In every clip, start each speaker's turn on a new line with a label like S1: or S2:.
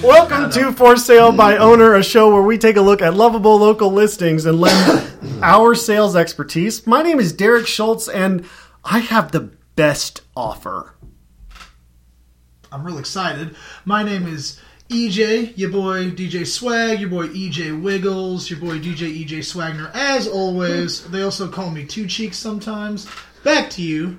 S1: Welcome to For Sale by Owner, a show where we take a look at lovable local listings and lend our sales expertise. My name is Derek Schultz, and I have the best offer.
S2: I'm real excited. My name is EJ, your boy DJ Swag, your boy EJ Wiggles, your boy DJ EJ Swagner. As always, they also call me Two Cheeks sometimes. Back to you.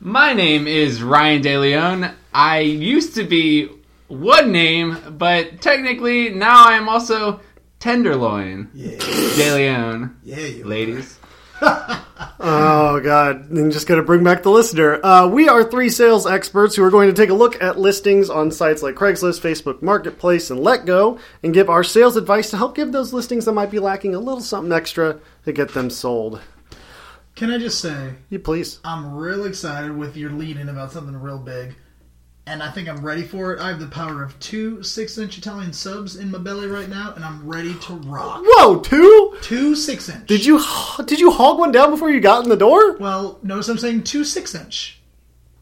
S3: My name is Ryan DeLeon. I used to be one name, but technically now I am also Tenderloin
S2: Yeah,
S3: DeLeon.
S2: yeah, you.
S3: Ladies,
S1: Oh, God. I'm just going to bring back the listener. Uh, we are three sales experts who are going to take a look at listings on sites like Craigslist, Facebook Marketplace, and Letgo and give our sales advice to help give those listings that might be lacking a little something extra to get them sold.
S2: Can I just say,
S1: You please.
S2: I'm real excited with your lead in about something real big. And I think I'm ready for it. I have the power of two six inch Italian subs in my belly right now, and I'm ready to rock.
S1: Whoa, two?
S2: Two six inch.
S1: Did you did you hog one down before you got in the door?
S2: Well, notice I'm saying two six inch.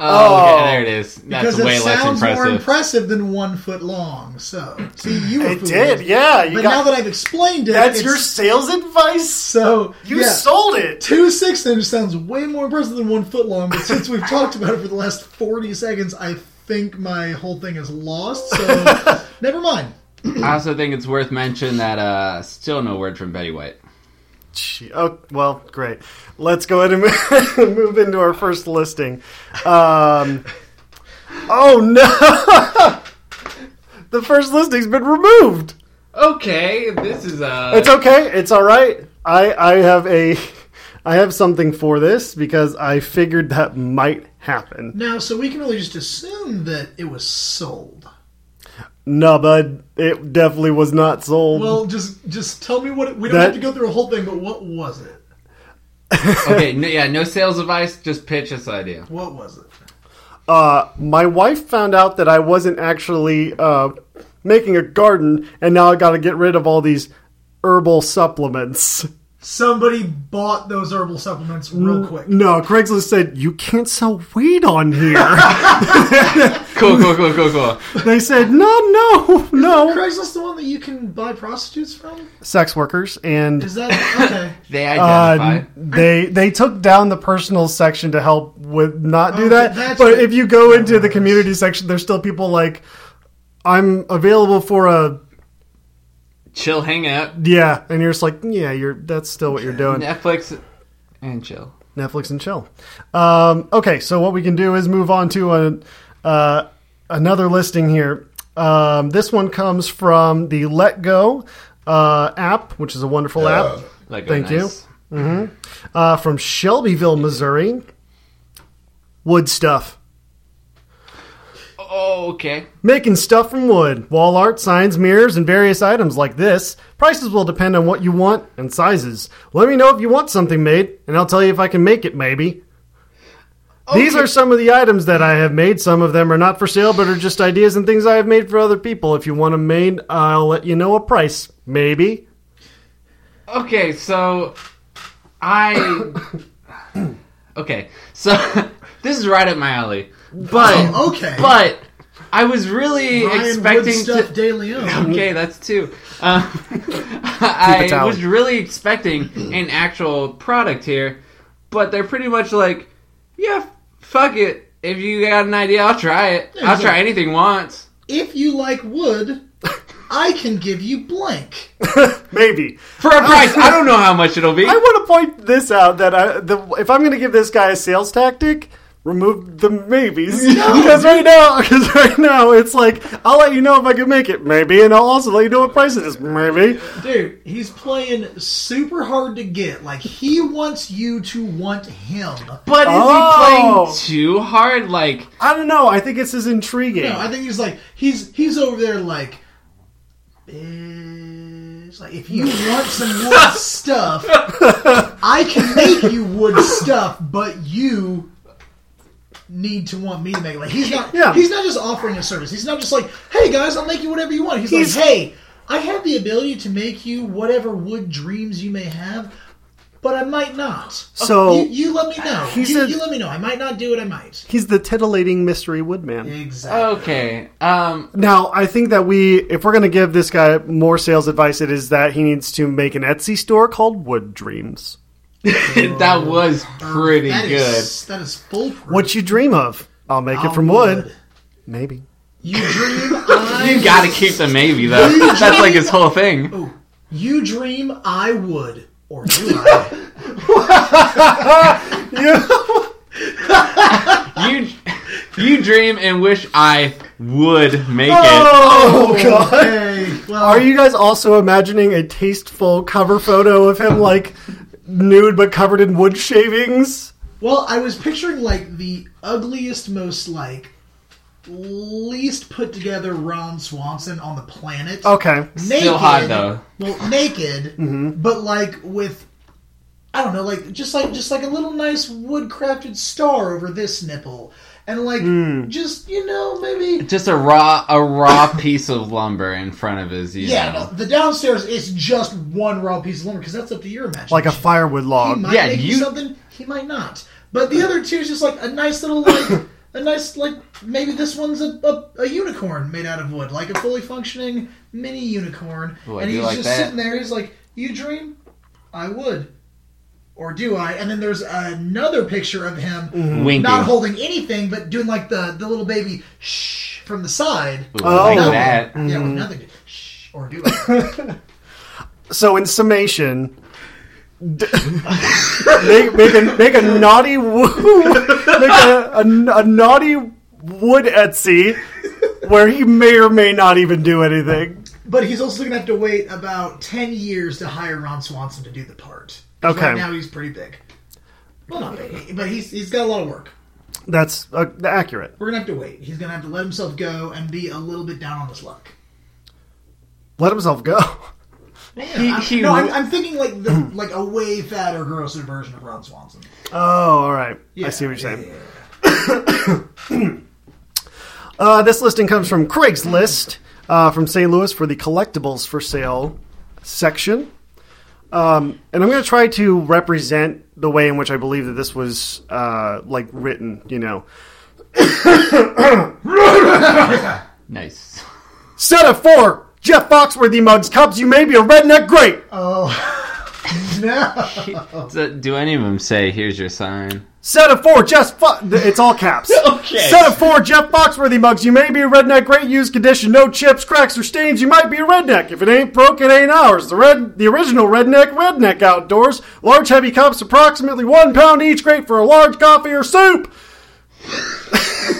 S3: oh,
S1: Oh.
S3: okay, there it is. That's
S2: Because it
S3: way less
S2: sounds
S3: impressive.
S2: more impressive than one foot long. So see, you were
S1: It
S2: fooled.
S1: did, yeah. You
S2: But
S1: got,
S2: now that I've explained it,
S1: that's
S2: it's-
S1: your sales advice.
S2: so
S1: You
S2: yeah.
S1: sold it.
S2: Two six inch sounds way more impressive than one foot long. But since we've talked about it for the last forty seconds, I think my whole thing is lost. So never mind.
S3: I also think it's worth mention that uh, still no word from Betty White.
S1: Gee, Oh well, great. Let's go ahead and move into our first listing. Um, oh no, the first listing's been removed.
S3: Okay, this is uh,
S1: It's okay. It's all right. I I have a I have something for this because I figured that might happen.
S2: Now, so we can really just assume that it was sold.
S1: No, bud, it definitely was not sold.
S2: Well, just just tell me what it, we don't
S1: That-
S2: have to go through a whole thing. But what was it?
S3: okay. No, yeah, no sales advice. Just pitch this idea.
S2: What was it?
S1: uh, my wife found out that I wasn't actually uh, making a garden, and now I got to get rid of all these herbal supplements.
S2: Somebody bought those herbal supplements real
S1: Mm,
S2: quick.
S1: No, Craigslist said you can't sell weed on here.
S3: Cool, cool, cool, cool, cool.
S1: they said no, no,
S3: Oh.
S1: no.
S2: Craigslist the one that you can buy prostitutes from?
S1: Sex workers and
S2: Is that okay?
S3: They
S1: Uh,
S3: identify.
S1: they they took down the personal section to help with not do
S2: Oh,
S1: that.
S2: that's
S1: But
S2: what-
S1: if you go into the community section, there's still people like, I'm available for a
S3: chill, hang out,
S1: yeah, and you're just like yeah, you're that's still what you're doing.
S3: Netflix, and chill.
S1: Netflix and chill. Um, okay, so what we can do is move on to a, uh, another listing here. Um, this one comes from the Let Go uh, app, which is a wonderful app
S3: Like, oh,
S1: Thank you.
S3: nice.
S1: uh, from Shelbyville, Missouri. Wood stuff.
S3: Oh, okay.
S1: Making stuff from wood, wall art, signs, mirrors, and various items like this. Prices will depend on what you want and sizes. Let me know if you want something made, and I'll tell you if I can make it, maybe. These are some of the items that I have made. Some of them are not for sale, but are just ideas and things I have made for other people. If you want them made, I'll let you know a price, maybe.
S3: Okay, so I. okay, so this is right up my alley, but
S2: Oh, okay.
S3: but I was really
S2: Ryan
S3: expecting
S2: Woodstuff
S3: to.
S2: De Leon.
S3: Okay, that's two. Um, I
S1: tally.
S3: was really expecting an actual product here, but they're pretty much like, yeah, fuck it. If you got an idea, I'll try it.
S2: Yeah,
S3: I'll try
S2: exactly.
S3: anything once.
S2: If you like wood, I can give you blank.
S1: Maybe.
S3: For a price, I don't know how much it'll be.
S1: I want to point this out that I, the, if I'm going to give this guy a sales tactic, remove the maybes because right now, because right now it's like I'll let you know if I can make it, maybe, and I'll also let you know what price it is, maybe.
S2: Dude, he's playing super hard to get. Like, he wants you to want him.
S3: But is
S1: Oh.
S3: he playing too hard? Like,
S1: I don't know. I think this is intriguing.
S2: No, I think he's like, he's he's over there like, bitch. Like, if you want some wood stuff, I can make you wood stuff, but you need to want me to make it. Like he's not
S1: Yeah.
S2: he's not just offering a service. He's not just like, hey guys, I'll make you whatever you want. He's,
S1: He's-
S2: like, hey, I have the ability to make you whatever wood dreams you may have. but I might not.
S1: So
S2: you, you let me know.
S1: He
S2: You,
S1: said-
S2: you let me know. I might not do it. I might.
S1: he's the titillating mystery woodman.
S2: Exactly.
S3: Okay. Um.
S1: Now, I think that we, if we're going to give this guy more sales advice, it is that he needs to make an Etsy store called Wood Dreams.
S3: That was pretty
S2: That
S3: good.
S2: is- that is foolproof.
S1: What you dream of? I'll make it
S2: I'll
S1: from wood. Maybe.
S2: You dream. I
S3: You gotta keep the maybe though. That's like his whole thing.
S2: Oh, you dream I would, or do I? Oh.
S3: You you dream and wish I would make it.
S1: Oh, God.
S2: Okay, well,
S1: Are you guys also imagining a tasteful cover photo of him, like, nude but covered in wood shavings?
S2: well, I was picturing like the ugliest, most like least put together Ron Swanson on the planet.
S1: Okay.
S2: naked,
S3: Still hot, though.
S2: Well, naked,
S1: Mm-hmm.
S2: but like with. I don't know, like just like just like a little nice wood crafted star over this nipple, and like
S1: Hmm.
S2: just you know maybe
S3: Just a raw a raw piece of lumber in front of his. You
S2: Yeah,
S3: know.
S2: no, the downstairs is just one raw piece of lumber because that's up to your imagination.
S1: Like a firewood
S2: he
S1: log.
S2: might
S3: Yeah,
S2: make you
S3: you-
S2: something. He might not. But the other two is just like a nice little like a nice like maybe this one's a, a, a unicorn made out of wood, like a fully functioning mini unicorn.
S3: Ooh, I
S2: and
S3: do
S2: he's
S3: like
S2: just
S3: that.
S2: sitting there. He's like, "You dream, I would." Or do I? And then there's another picture of him
S3: Winking.
S2: not holding anything, but doing like the, the little baby shh from the side.
S3: Ooh, I like
S1: Oh.
S3: that.
S2: Yeah, with nothing. to- Shh, or do I?
S1: So, in summation, d- make, make, a, make a naughty woo, make a, a, a naughty wood Etsy where he may or may not even do anything.
S2: But he's also going to have to wait about 10 years to hire Ron Swanson to do the part. 'Cause
S1: Okay.
S2: Right now he's pretty big. Well, not big, but he's, he's got a lot of work.
S1: That's uh, accurate.
S2: We're going to have to wait. He's going to have to let himself go and be a little bit down on his luck.
S1: Let himself go.
S3: He-
S2: I'm,
S3: he
S2: no, I'm,
S3: w-
S2: I'm thinking like the, like a way fatter, grosser version of Ron Swanson.
S1: Oh, all right. I
S2: Yeah,
S1: see what you're saying.
S2: yeah, yeah, yeah.
S1: Uh, this listing comes from Craigslist uh, from St. Louis for the collectibles for sale section. Um, and I'm going to try to represent the way in which I believe that this was uh, like written, you know.
S3: Nice.
S1: Set of four, Jeff Foxworthy mugs, Cubs, you may be a redneck great.
S2: No.
S3: So, do any of them say, "Here's your sign"?
S1: Set of four, Jeff Fo- It's all caps.
S3: Okay.
S1: Set of four, Jeff Foxworthy mugs, you may be a redneck great used condition. No chips, cracks, or stains, you might be a redneck. If it ain't broke, it ain't ours. The red, the original redneck, redneck outdoors. Large heavy cups, approximately one pound each, great for a large coffee or soup.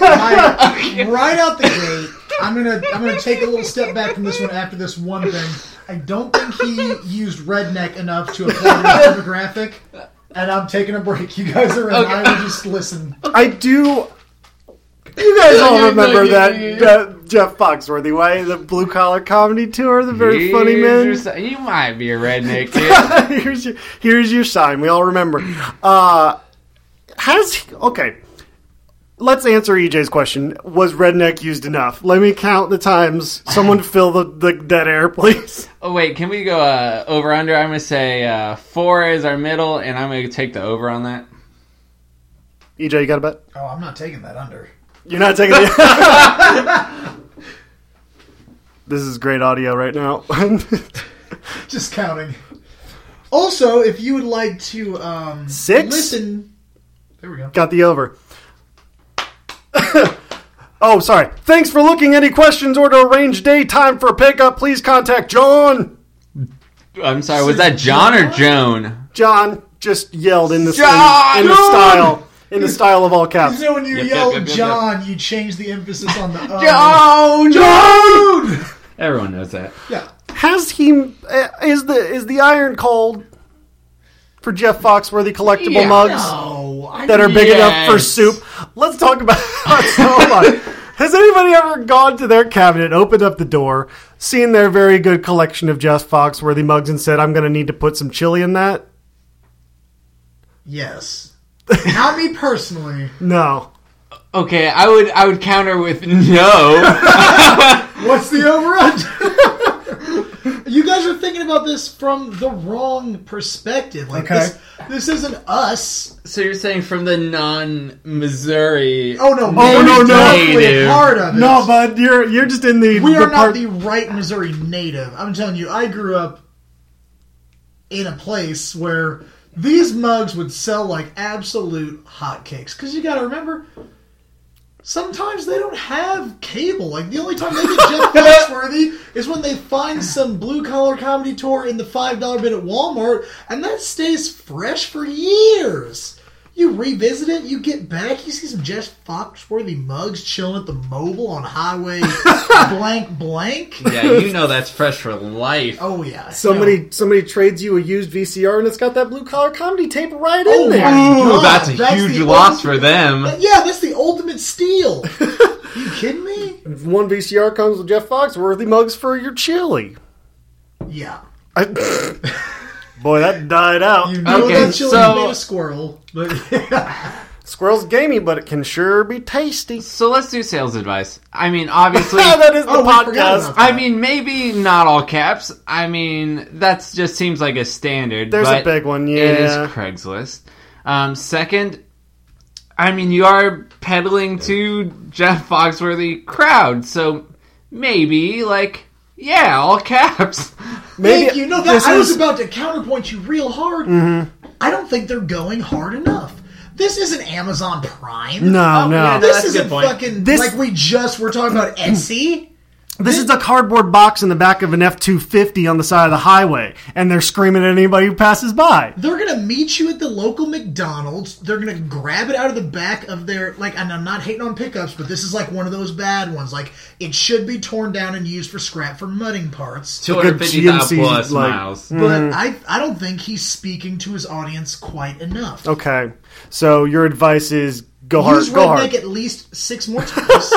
S2: I, right out the gate, I'm gonna I'm gonna take a little step back from this one after this one thing. I don't think he used redneck enough to apply to the demographic, and I'm taking a break. You guys are in. I will just listen. Oh,
S1: I do. You guys all
S3: Yeah,
S1: remember
S3: yeah,
S1: that
S3: yeah,
S1: that Jeff Foxworthy, way The blue collar comedy tour, the very funny
S3: Here's
S1: man.
S3: your si- You might be a redneck. kid.
S1: here's your here's your sign. We all remember. Uh, has he- okay. Let's answer EJ's question. Was redneck used enough? Let me count the times. Someone fill the, the dead air, please.
S3: oh wait, can we go uh, over under? I'm gonna say uh, four is our middle, and I'm gonna take the over on that.
S1: EJ, E you got a bet?
S2: Oh, I'm not taking that under.
S1: You're not taking the. this is great audio right now.
S2: Just counting. Also, if you would like to um,
S1: Six?
S2: listen, there we go.
S1: got the over. oh, sorry. Thanks for looking. Any questions or to arrange day time for pickup? Please contact John.
S3: I'm sorry, was that John or Joan?
S1: John just yelled in the
S3: John!
S1: in, the style in the style of all
S2: You
S1: caps.
S2: know when you
S3: Yep, yep,
S2: yell
S3: yep, yep, yep.
S2: John, you change the emphasis on the um.
S3: Joan! Joan! Everyone knows that.
S2: Yeah.
S1: Has he? uh, Is the is the iron cold for Jeff Foxworthy collectible
S3: Yeah.
S1: mugs
S2: No, I
S1: that are big enough for
S3: Yes.
S1: soup? Let's talk about. hold on. Has anybody ever gone to their cabinet, opened up the door, seen their very good collection of Jeff Foxworthy mugs, and said, "I'm going to need to put some chili in that"?
S2: Yes. Not me personally.
S1: No.
S3: Okay, I would I would counter with no.
S2: What's the over under? you guys are thinking about this from the wrong perspective. Like
S4: Okay.
S2: this, this isn't us.
S3: So you're saying from the non-Missouri?
S2: Oh no!
S1: Oh, no, no.
S2: definitely a
S3: Native.
S2: part of it.
S1: No, bud, you're you're just in the.
S2: we
S1: the
S2: are
S1: part-
S2: not the right Missouri native. I'm telling you, I grew up in a place where these mugs would sell like absolute hotcakes. Because you got to remember, sometimes they don't have cable. Like the only time they get Jeff Foxworthy is when they find some blue collar comedy tour in the five dollar bin at Walmart, and that stays fresh for years. You revisit it, you get back, you see some Jeff Foxworthy mugs chilling at the mobile on Highway blank blank.
S3: yeah, you know that's fresh for life.
S2: Oh yeah,
S1: Somebody somebody trades you a used VCR and it's got that blue collar comedy tape right in
S2: Oh,
S1: there.
S2: my
S3: Ooh,
S2: God,
S3: that's a
S2: the
S3: huge
S2: ultimate-
S3: loss for them.
S2: Yeah, that's the ultimate steal. you kidding me?
S1: If one VCR comes with Jeff Foxworthy mugs for your chili.
S2: Yeah.
S1: I, boy, that died out. Uh,
S2: You know
S3: Okay,
S2: that chili
S3: so-
S2: made a squirrel, but
S1: Squirrel's gamey, but it can sure be tasty.
S3: So let's do sales advice. I mean, obviously,
S1: that is the
S2: Oh, we forgot
S1: podcast.
S2: about
S3: I mean maybe not all caps. I mean that's just seems like a standard.
S1: There's
S3: but
S1: a big one, yeah.
S3: It is Craigslist. Um, second, I mean you are peddling to Jeff Foxworthy crowd, so maybe like yeah, all caps.
S2: thank you. No, that,
S1: this
S2: I was
S1: is- Mm-hmm.
S2: about to counterpoint you real hard. I don't think they're going hard enough. This isn't Amazon Prime.
S1: No, no.
S4: yeah,
S2: This
S4: that's a good
S2: isn't
S4: point.
S2: fucking
S1: This- Mm-hmm.
S2: like we just were talking about Etsy.
S1: This is a cardboard box in the back of an F two fifty on the side of the highway, and they're screaming at anybody who passes by.
S2: They're gonna meet you at the local McDonald's. They're gonna grab it out of the back of their like. And I'm not hating on pickups, but this is like one of those bad ones. Like it should be torn down and used for scrap for mudding parts.
S3: Two
S1: good
S3: hundred fifty thousand
S1: GMC,
S3: plus
S1: like-
S3: miles.
S1: Mm-hmm.
S2: But I, I don't think he's speaking to his audience quite enough.
S1: Okay, so your advice is go hard,
S2: Use
S1: go
S2: redneck
S1: hard.
S2: at least six more times.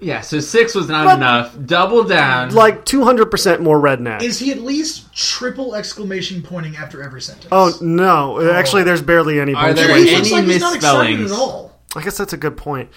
S3: Yeah, so six was not
S1: But-
S3: enough. Double down.
S1: Like two hundred percent more redneck.
S2: Is he at least triple exclamation pointing after every sentence?
S1: oh no, actually, there's barely any.
S3: Are there
S2: he
S1: punctuation.
S2: looks
S3: any
S2: like he's not excited
S3: misspellings?
S2: at all.
S1: I guess that's a good point.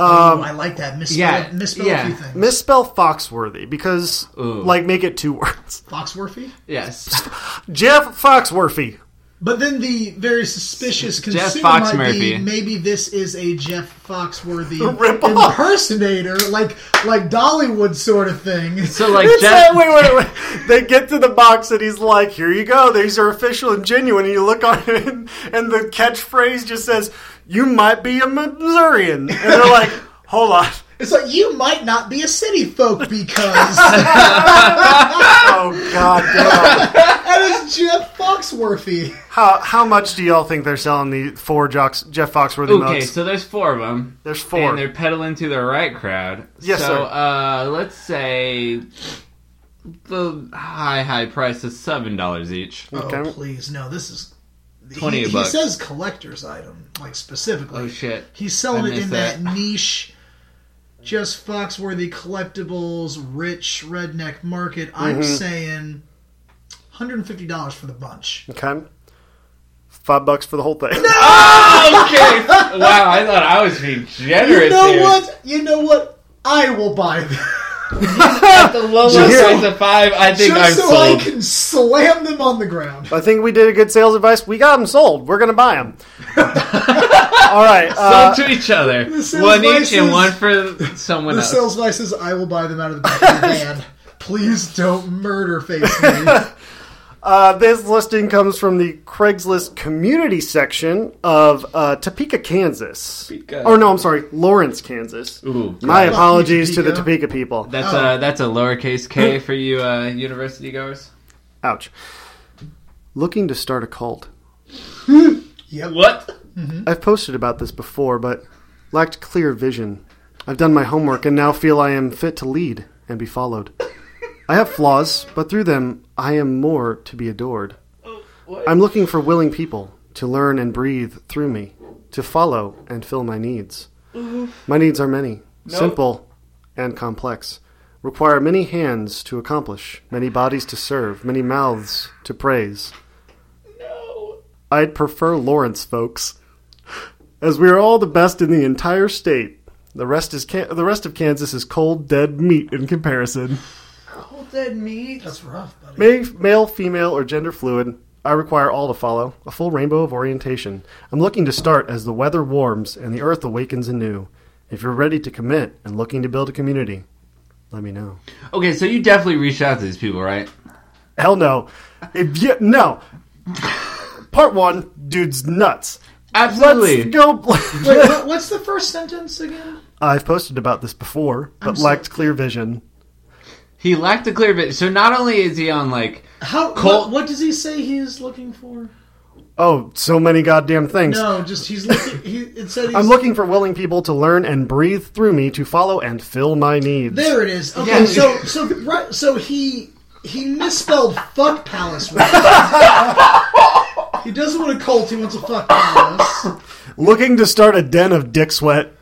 S2: Ooh, I like that misspell.
S3: yeah,
S2: misspell
S3: yeah.
S2: a few things.
S1: Misspell Foxworthy because, like, make it two words.
S2: Foxworthy.
S3: yes.
S1: Jeff Foxworthy.
S2: But then the very suspicious
S3: Jeff
S2: consumer
S3: Fox
S2: might be
S3: Murphy.
S2: maybe this is a Jeff Foxworthy
S1: Rip-off.
S2: impersonator, like like Dollywood sort of thing.
S3: So like
S1: It's
S3: Jeff
S1: that- wait, wait, wait. They get to the box and he's like, "Here you go. These are official and genuine." And you look on it, and, and the catchphrase just says, "You might be a Missourian," and they're like, "Hold on."
S2: It's like you might not be a city folk because
S1: Oh God! damn.
S2: that is Jeff Foxworthy.
S1: How how much do y'all think they're selling the four jocks Jeff Foxworthy
S3: Okay,
S1: mugs?
S3: so there's four of them.
S1: There's four.
S3: And they're peddling to the right crowd.
S1: Yes,
S3: so,
S1: sir.
S3: uh, let's say the high, high price is $7 each.
S1: Okay.
S2: Oh please, no, this is
S3: 20
S2: he, he
S3: bucks.
S2: says collector's item, like specifically.
S3: Oh, shit.
S2: He's selling
S3: I
S2: it
S3: missed
S2: in that. niche, just Foxworthy collectibles, rich redneck market. I'm saying, hundred and fifty dollars for the bunch.
S1: Okay. Five bucks for the whole thing.
S3: okay! wow, I thought I was being generous
S2: You know
S3: here.
S2: what? You know what? I will buy them
S3: At the lowest
S1: Just
S3: price of five, I think
S2: just
S3: I'm
S2: so I
S3: sold.
S2: can slam them on the ground.
S1: I think we did a good sales advice. We got them sold. We're gonna buy them. All right. Uh,
S3: Sold to each other.
S2: this is
S3: One each
S2: Vice's-
S3: and one for someone
S2: The
S3: else.
S2: sales guy says, "I will buy them out of the back of the van." Please don't murder face me.
S1: uh, this listing comes from the Craigslist community section of uh, Topeka, Kansas.
S3: Topeka.
S1: Or no, I'm sorry, Lawrence, Kansas.
S3: Ooh,
S1: My Oh.
S2: Fuck you,
S1: apologies to the
S2: Topeka.
S1: Topeka people.
S3: that's,
S2: Oh.
S3: a, that's a lowercase k for you uh, university goers.
S1: Ouch. Looking to start a cult.
S2: Yep.
S3: What?
S1: I've posted about this before, but lacked clear vision. I've done my homework and now feel I am fit to lead and be followed. I have flaws, but through them, I am more to be adored. I'm looking for willing people to learn and breathe through me, to follow and fill my needs. My needs are many, simple and complex, require many hands to accomplish, many bodies to serve, many mouths to praise. I'd prefer Lawrence, folks, as we are all the best in the entire state. The rest is Can- the rest of Kansas is cold, dead meat in comparison.
S3: Boiled dead meat.
S2: That's rough, buddy.
S1: May- Male, female, or gender fluid, I require all to follow, a full rainbow of orientation. I'm looking to start as the weather warms and the earth awakens anew. If you're ready to commit and looking to build a community, let me know.
S3: Okay, so you definitely reached out to these people, right?
S1: Hell no. If you, no. Part one, dude's nuts.
S3: Absolutely.
S1: Let's go.
S2: Wait, what, what's the first sentence again?
S1: I've posted about this before, but
S2: so-
S1: lacked clear vision.
S3: He lacked a clear vision. So not only is he on like
S2: How?
S3: Col-
S2: what, what does he say he is looking for?
S1: Oh, so many goddamn things.
S2: No, just he's looking. He, it said he's.
S1: I'm looking for willing people to learn and breathe through me to follow and fill my needs.
S2: There it is. Okay,
S3: Yeah.
S2: so so right, so he he misspelled fuck palace. Right? he doesn't want a cult. He wants a fuck palace.
S1: Looking to start a den of dick sweat.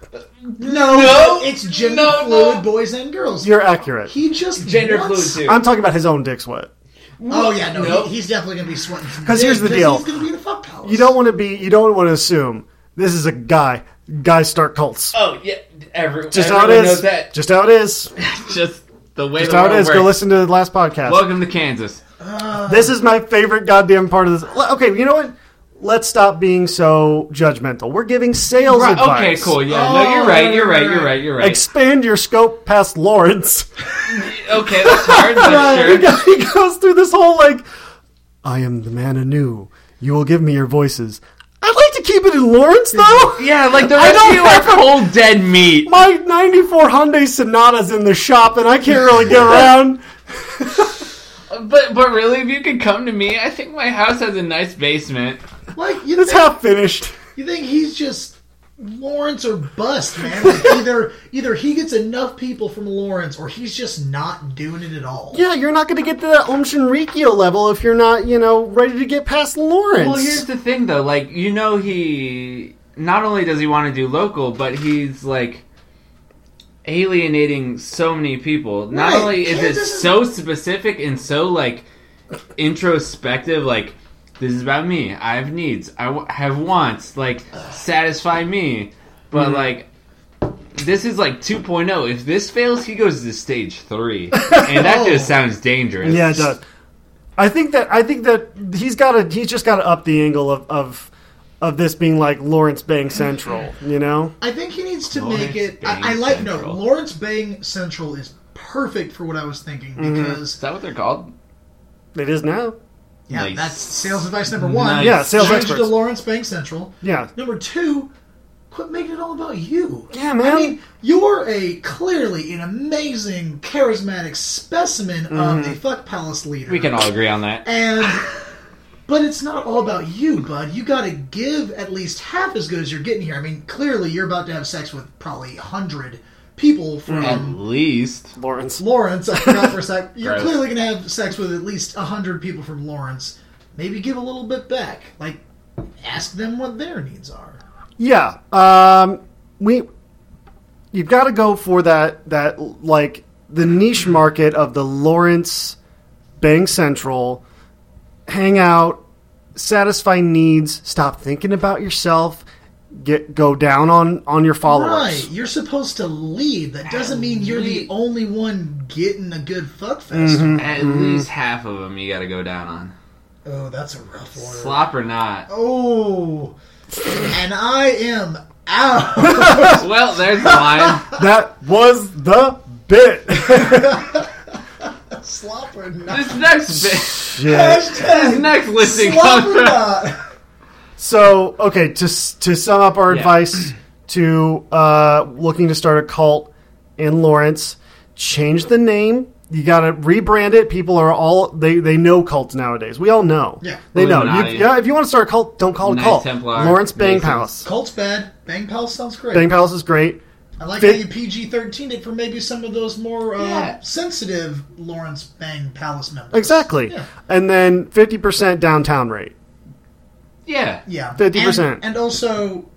S2: No,
S3: No.
S2: it's gender
S3: No,
S2: fluid
S3: no.
S2: boys and girls.
S1: You're accurate.
S2: he just
S3: gender fluid
S2: wants-
S3: too.
S1: I'm talking about his own dick sweat.
S2: Oh yeah, no,
S3: Nope.
S2: he, he's definitely gonna be sweating. from
S1: 'Cause here's
S2: dick,
S1: the deal.
S2: He's gonna be in the fuck palace.
S1: You don't want to be. You don't want to assume this is a guy. Guys start cults.
S3: oh yeah, every,
S1: Just how
S3: everyone
S1: it is.
S3: knows that.
S1: Just how it is.
S3: Just the way
S1: Just
S3: the
S1: how
S3: world
S1: it is. Go
S3: works.
S1: listen to the last podcast.
S3: Welcome to Kansas.
S1: This is my favorite goddamn part of this. Le- Okay, you know what? Let's stop being so judgmental. We're giving sales
S3: Right, okay,
S1: advice.
S3: cool. Yeah,
S2: Oh,
S3: no, you're right. You're
S2: right,
S3: right. You're
S2: right.
S3: right. You're right.
S1: Expand your scope past Lawrence.
S3: okay, that's hard.
S1: he,
S3: But sure.
S1: goes, he goes through this whole like, I am the man anew. You will give me your voices. I'd like to keep it in Lawrence though.
S3: Yeah, like the
S1: I
S3: rest
S1: don't
S3: of you are
S1: have-
S3: cold dead meat.
S1: My 94 Hyundai Sonata's in the shop and I can't really get around.
S3: But but really, if you could come to me, I think my house has a nice basement.
S2: like you
S1: It's
S2: think,
S1: half finished.
S2: you think he's just Lawrence or bust, man. Like, either either he gets enough people from Lawrence, or he's just not doing it at all.
S1: Yeah, you're not going to get to that Om Shinrikyo level if you're not, you know, ready to get past Lawrence.
S3: Well, here's the thing, though. Like, you know, he not only does he want to do local, but he's like alienating so many people. Not
S2: Right.
S3: only is it
S2: Kansas is-
S3: so specific and so like introspective, like this is about me. I have needs. I w- have wants. Like satisfy me.
S2: Mm-hmm.
S3: But like. This is like 2.0. If this fails, he goes to stage three, and that
S2: Oh.
S3: just sounds dangerous.
S1: Yeah, it does. I think that I think that he's got to he's just got to up the angle of, of of this being like Lawrence Bank Central, you know?
S2: I think he needs to
S3: Lawrence
S2: make it.
S3: Bang
S2: I, I like no
S3: Central.
S2: Lawrence Bang Central is perfect for what I was thinking
S3: Is
S1: Mm-hmm.
S2: because
S3: that what they're called?
S1: It is now.
S2: yeah,
S3: Nice.
S2: that's sales advice number one.
S3: Nice.
S1: Yeah, sales
S2: Change
S1: experts.
S2: to Lawrence Bang Central.
S1: Yeah.
S2: Number two, quit making it all about you.
S1: Yeah, man.
S2: I mean, you're a clearly an amazing, charismatic specimen
S1: Mm-hmm.
S2: of a fuck palace leader.
S3: We can all agree on that.
S2: And but it's not all about you, bud. You got to give at least half as good as you're getting here. I mean, clearly you're about to have sex with probably a hundred people from
S3: At least.
S1: Lawrence.
S2: Lawrence. I forgot for a sec. You're
S3: Gross.
S2: clearly gonna have sex with at least a hundred people from Lawrence. Maybe give a little bit back. Like, ask them what their needs are.
S1: Yeah. Um we you've got to go for that that like the niche market of the Lawrence Bank Central hang out, satisfy needs, stop thinking about yourself, get go down on on your followers.
S2: Right, you're supposed to lead. That doesn't mean you're the
S3: Lead.
S2: only one getting a good fuck fest.
S3: At
S2: Mm.
S3: least half of them you got to go down on.
S2: Oh, that's a rough one.
S3: Slop or not.
S2: Oh, and I am out.
S3: Well, there's the line.
S1: That was the bit.
S2: Slop or
S3: This
S2: not.
S3: next bit,
S1: Shit.
S3: this next listing
S2: Slop or
S3: comes from.
S2: not.
S1: So, okay, to s- to sum up our
S3: Yeah.
S1: advice to uh, looking to start a cult in Lawrence, change the name. You got to rebrand it. People are all they they know cults nowadays. We all know.
S2: Yeah.
S1: they know. You,
S3: Illuminati.
S1: yeah, if you want to start a cult, don't call it a
S3: Knights
S1: cult.
S3: Templar,
S1: Lawrence Bang
S3: Masons.
S1: Palace.
S2: Colts bad. Bang Pal sounds great.
S1: Bang Palace is great.
S2: I like
S1: Fit-
S2: how you PG thirteen it for maybe some of those more uh,
S3: Yeah.
S2: sensitive Lawrence Bang Palace members.
S1: Exactly.
S2: Yeah.
S1: And then fifty percent downtown rate.
S3: Yeah.
S2: Yeah,
S1: 50%.
S2: And, and also,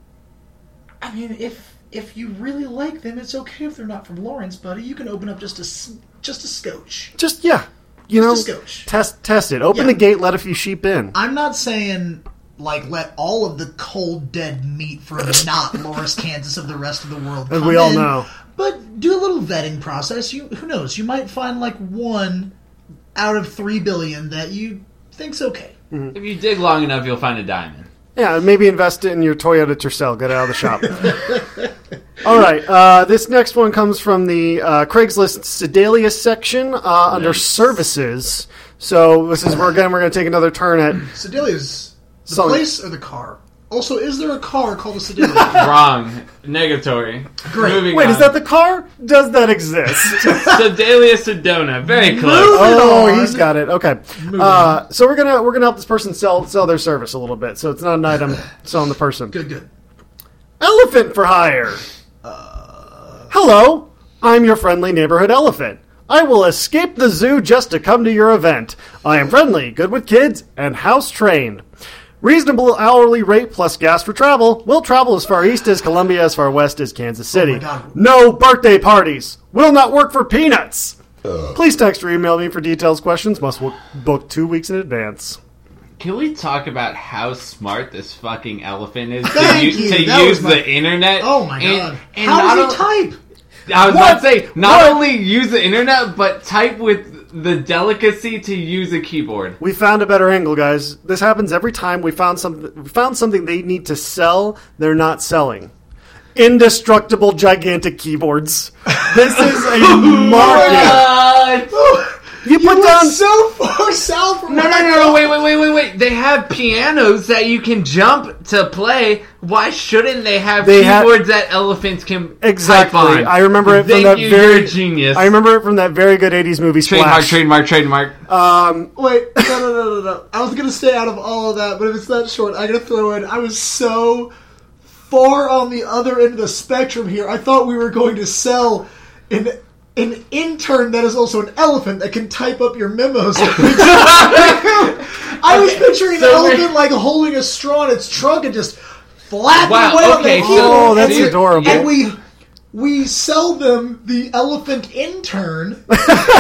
S2: I mean, if if you really like them, it's okay if they're not from Lawrence, buddy. You can open up just a s- just a scotch.
S1: Just yeah, you know,
S2: Just a scotch.
S1: test test it. Open
S2: Yeah.
S1: the gate. Let a few sheep in.
S2: I'm not saying like let all of the cold dead meat from not Lawrence, Kansas of the rest of the world.
S1: As
S2: come
S1: we all
S2: in,
S1: know.
S2: But do a little vetting process. You who knows? You might find like one out of three billion that you think's okay.
S1: Mm.
S3: If you dig long enough, you'll find a diamond.
S1: Yeah, maybe invest it in your Toyota Tercel. Get out of the shop. All right. Uh, this next one comes from the uh, Craigslist Sedalia section uh, under
S3: Nice.
S1: services. So this is where again we're going to take another turn at.
S2: Sedalia's the
S1: Sorry.
S2: place or the car? Also, is there a car called a Sedalia?
S3: Wrong. Negatory.
S2: Great.
S3: Moving
S1: Wait,
S3: on.
S1: is that the car? Does that exist?
S3: Sedalia Sedona? Very close.
S1: Oh,
S2: on.
S1: he's got it. Okay. Uh, so we're gonna we're gonna help this person sell sell their service a little bit. So it's not an item selling the person.
S2: good, good.
S1: Elephant for hire. Hello, I'm your friendly neighborhood elephant. I will escape the zoo just to come to your event. I am friendly, good with kids, and house trained. Reasonable hourly rate plus gas for travel. We'll travel as far east as Columbia, as far west as Kansas City.
S2: God.
S1: no birthday parties. Will not work for peanuts. Please text or email me for details. Questions must wo- book two weeks in advance.
S3: Can we talk about how smart this fucking elephant is to,
S2: Thank
S3: use
S2: you,
S3: to
S2: that
S3: use
S2: was my-
S3: the internet?
S2: Oh my
S3: and-
S2: god!
S3: And
S2: How
S3: not
S2: does
S3: o-
S2: he type?
S3: I was about to
S1: What?
S3: say, not
S1: What?
S3: only use the internet, but type with the delicacy to use a keyboard.
S1: We found a better angle, guys. This happens every time we found something. We found something they need to sell. They're not selling. Indestructible, gigantic keyboards. This is a market.
S3: What?
S1: You put
S2: We're
S1: down.
S2: so far south from
S3: No,
S2: where
S3: no,
S2: I
S3: no,
S2: thought.
S3: no, wait, wait, wait, wait, wait. They have pianos that you can jump to play. Why shouldn't they have
S1: They have-
S3: keyboards that elephants can
S1: Exactly.
S3: type on?
S1: I remember it from
S3: Thank
S1: that
S3: you,
S1: very-
S3: you're a genius.
S1: I remember it from that very good '80s movie
S3: Trademark,
S1: Splash.
S3: trademark, trademark.
S1: Um,
S2: Wait, no, no, no, no, no. I was gonna stay out of all of that, but if it's that short, I gotta throw in. I was so far on the other end of the spectrum here. I thought we were going to sell an an intern that is also an elephant that can type up your memos. I was picturing
S3: so
S2: an
S3: we're-
S2: elephant like holding a straw in its trunk and just flapping
S3: Wow,
S2: away on the
S3: okay, so-
S2: keyboard.
S1: oh,
S2: And
S1: that's
S3: you're-
S1: adorable.
S2: and we we sell them the elephant intern.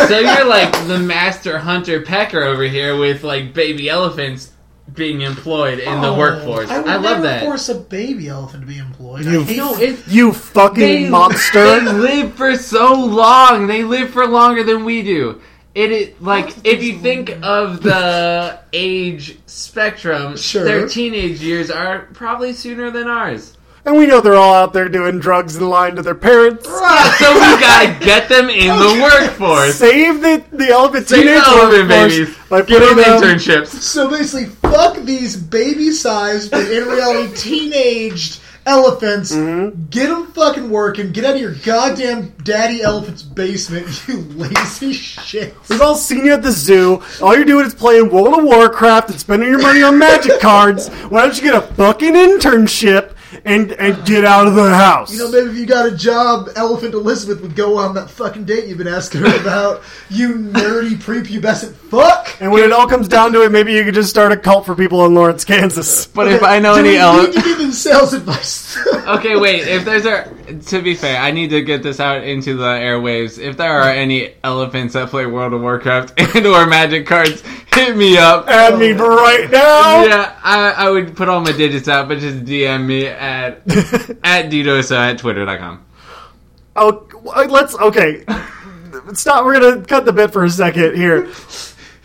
S3: so you're like the master hunter pecker over here with like baby elephants being employed in
S1: Oh,
S3: the workforce. I,
S2: Oh, would
S3: love
S2: never
S3: that.
S2: force a baby elephant to be employed. I
S1: You
S2: hate
S3: No, it,
S1: you fucking
S3: they, they
S1: monster!
S3: live for so long. They live for longer than we do. It is like if you think of the age spectrum,
S2: Sure.
S3: their teenage years are probably sooner than ours.
S1: and we know they're all out there doing drugs and lying to their parents.
S3: So we gotta get them in the workforce.
S1: Save the the elephant
S3: Save the
S1: teenage
S3: elephant
S1: workforce
S3: babies.
S1: by
S3: Give them
S1: putting
S2: um,
S1: them-
S3: internships.
S2: So basically, fuck these baby-sized, but in reality, teenaged elephants. Get them fucking working. Get out of your goddamn daddy elephant's basement, you lazy shit.
S1: We've all seen you at the zoo. All you're doing is playing World of Warcraft and spending your money on magic cards. Why don't you get a fucking internship and and get out of the house?
S2: You know, maybe if you got a job, Elephant Elizabeth would go on that fucking date you've been asking her about. you nerdy prepubescent fuck.
S1: and when it all comes down to it, maybe you could just start a cult for people in Lawrence, Kansas.
S3: But if I know
S2: Do
S3: any
S2: we
S3: elephant.
S2: need to give them sales advice?
S3: Okay, wait. If there's a, to be fair, I need to get this out into the airwaves. If there are any elephants that play World of Warcraft and or Magic cards, hit me up.
S1: Add me right now.
S3: Yeah, I, I would put all my digits out, but just DM me at at didosa at twitter.com.
S1: Oh, let's okay. Stop. We're gonna cut the bit for a second here.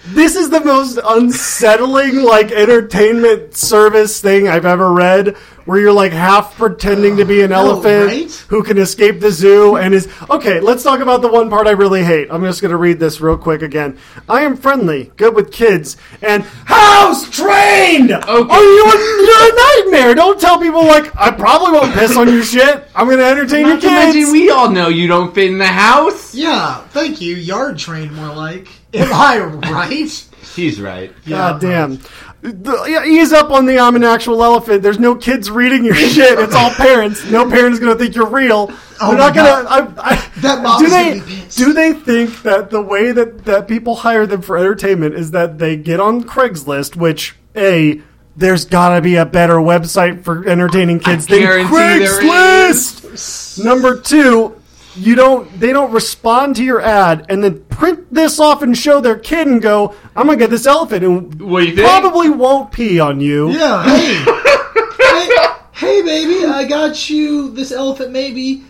S1: This is the most unsettling, like entertainment service thing I've ever read. Where you're like half pretending to be an elephant
S2: right?
S1: who can escape the zoo and is okay. Let's talk about the one part I really hate. I'm just gonna read this real quick again. I am friendly, good with kids, and house trained.
S3: Okay.
S1: Are you a, you're a nightmare? Don't tell people like I probably won't piss on your shit. I'm gonna entertain
S3: Not to
S1: your kids.
S3: mention, we all know you don't fit in the house.
S2: yeah, thank you. Yard trained more like. Am I right?
S3: He's right.
S1: God damn. The- yeah, ease up on the I'm an actual elephant. There's no kids reading your shit. It's all parents. No parents gonna think you're real.
S2: Oh
S1: They're not
S2: my
S1: gonna. I, I,
S2: That mom's
S1: do
S2: gonna
S1: they
S2: be pissed.
S1: do they think that the way that that people hire them for entertainment is that they get on Craigslist, which a there's gotta be a better website for entertaining kids than
S3: guarantee there
S1: Craigslist. Number two. You don't. They don't respond to your ad, and then print this off and show their kid and go, "I'm gonna get this elephant." And
S3: What do you think?
S1: probably won't pee on you.
S2: Yeah, hey. hey. Hey, baby, I got you this elephant, maybe.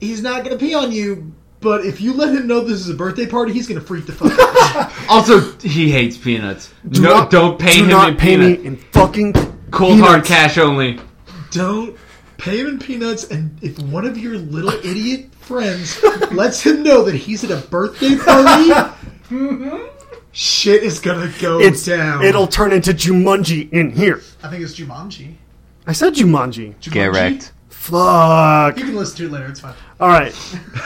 S2: He's not going to pee on you, But if you let him know this is a birthday party, he's gonna freak the fuck out.
S3: Also, he hates peanuts. no,
S1: not-
S3: don't pay
S1: do
S3: him
S1: not
S3: in
S1: pay
S3: peanuts.
S1: me in fucking
S3: Cold hard
S1: peanuts.
S3: cash only.
S2: Don't pay him in peanuts, and if one of your little idiot friends lets him know that he's at a birthday party, shit is gonna go
S1: Mm-hmm. It's
S2: down.
S1: it'll turn into Jumanji in here.
S2: I think it's Jumanji.
S1: I said Jumanji.
S2: Jumanji?
S3: Get wrecked.
S1: Fuck.
S2: You can listen to it later. It's fine.
S1: All right,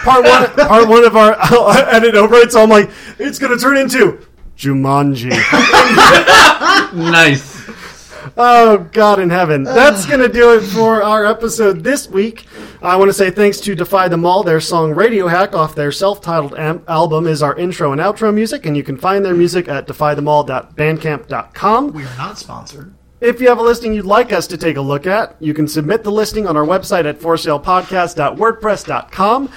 S1: part one. part one of our. I'll edit over it, so I'm like, it's gonna turn into Jumanji.
S3: Nice.
S1: oh God in heaven. That's gonna do it for our episode this week. I want to say thanks to Defy Them All. Their song "Radio Hack" off their self-titled am- album is our intro and outro music, and you can find their music at defythemall.bandcamp.com.
S2: We are not sponsored.
S1: If you have a listing you'd like us to take a look at, you can submit the listing on our website at forsalepodcast.wordpress.com.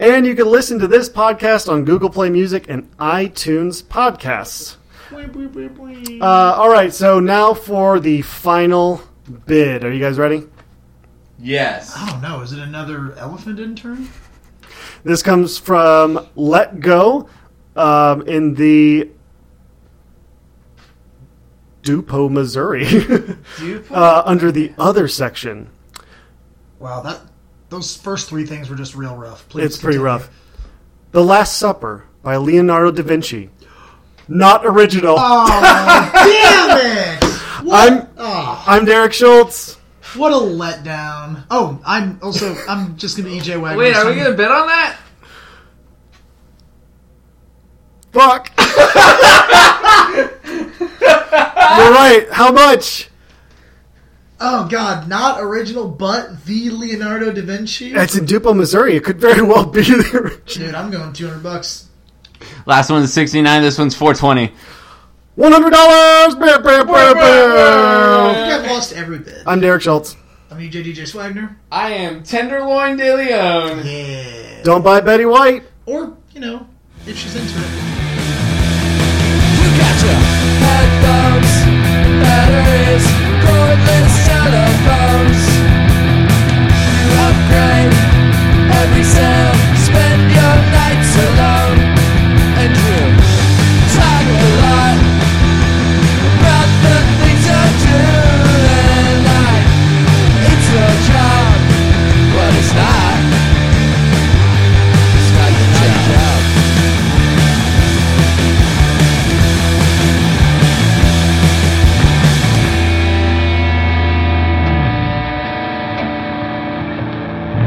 S1: And you can listen to this podcast on Google Play Music and iTunes Podcasts. Uh, all right, so now for the final bid. Are you guys ready?
S3: Yes.
S2: I don't know. Is it another elephant intern?
S1: This comes from Let Go um, in the Dupo, Missouri, uh, under the other section.
S2: Wow, that those first three things were just real rough. Please,
S1: It's pretty
S2: continue.
S1: rough. The Last Supper by Leonardo da Vinci. Not original.
S2: Oh, Damn it! What?
S1: I'm
S2: Ah,
S1: I'm Derek Schultz.
S2: what a letdown. Oh, I'm also I'm just gonna be EJ Wagner.
S3: Wait, are we
S2: so-
S3: gonna bet on that?
S1: Fuck. You're right. How much?
S2: Oh God, not original, but the Leonardo da Vinci.
S1: It's in Dupo, Missouri. It could very well be the original.
S2: Dude, I'm going 200 bucks.
S3: Last one's sixty nine. This one's four twenty.
S1: One hundred dollars. Bear, bear, bear,
S2: I
S1: bear.
S2: think I've lost every bit.
S1: I'm Derek Schultz.
S2: I'm E EJ DJ Swagner.
S3: I am tenderloin de Leon.
S2: Yeah.
S1: Don't buy Betty White.
S2: Or you know, if she's into it.
S4: Head bumps, batteries, cordless telephones. You upgrade every sound